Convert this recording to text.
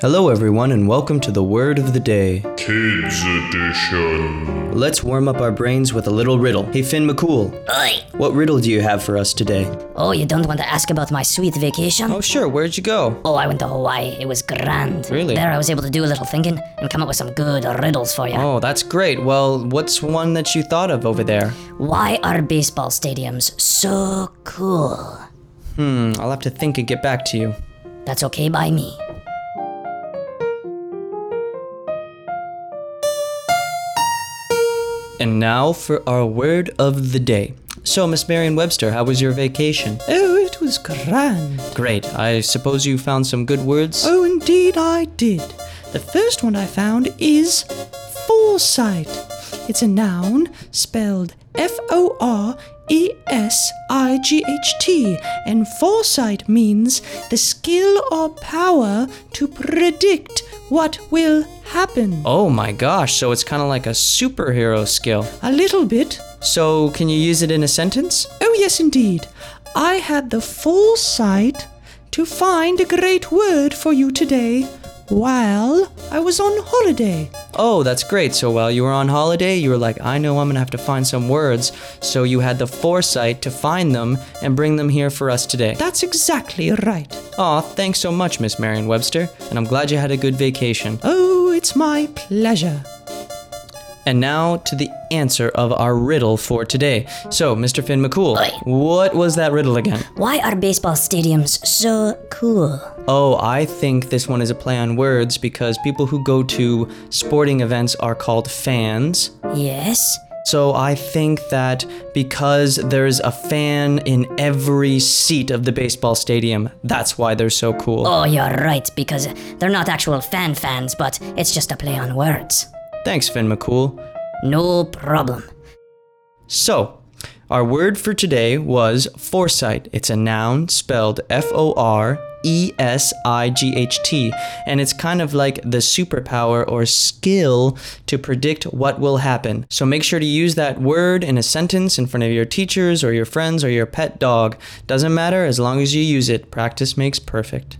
Hello, everyone, and welcome to the Word of the Day. Kids Edition. Let's warm up our brains with a little riddle. Hey, Finn McCool, Oi! what riddle do you have for us today? Oh, you don't want to ask about my sweet vacation? Oh, sure, where'd you go? Oh, I went to Hawaii. It was grand. Really? There I was able to do a little thinking and come up with some good riddles for you. Oh, that's great. Well, what's one that you thought of over there? Why are baseball stadiums so cool? Hmm, I'll have to think and get back to you. That's okay by me. And now for our word of the day. So, Miss Merriam Webster, how was your vacation? Oh, it was grand. Great. I suppose you found some good words? Oh, indeed, I did. The first one I found is foresight. It's a noun spelled F O R E S I G H T, and foresight means the skill or power to predict what will happen. Oh my gosh, so it's kind of like a superhero skill. A little bit. So, can you use it in a sentence? Oh, yes, indeed. I had the foresight to find a great word for you today while I was on holiday. Oh, that's great. So while you were on holiday, you were like, I know I'm going to have to find some words. So you had the foresight to find them and bring them here for us today. That's exactly right. Aw, thanks so much, Miss Marion Webster. And I'm glad you had a good vacation. Oh, it's my pleasure. And now to the answer of our riddle for today. So, Mr. Finn McCool, Oi. what was that riddle again? Why are baseball stadiums so cool? Oh, I think this one is a play on words because people who go to sporting events are called fans. Yes? So I think that because there's a fan in every seat of the baseball stadium, that's why they're so cool. Oh, you're right, because they're not actual fan fans, but it's just a play on words. Thanks, Finn McCool. No problem. So, our word for today was foresight. It's a noun spelled F O R E S I G H T, and it's kind of like the superpower or skill to predict what will happen. So, make sure to use that word in a sentence in front of your teachers or your friends or your pet dog. Doesn't matter as long as you use it, practice makes perfect.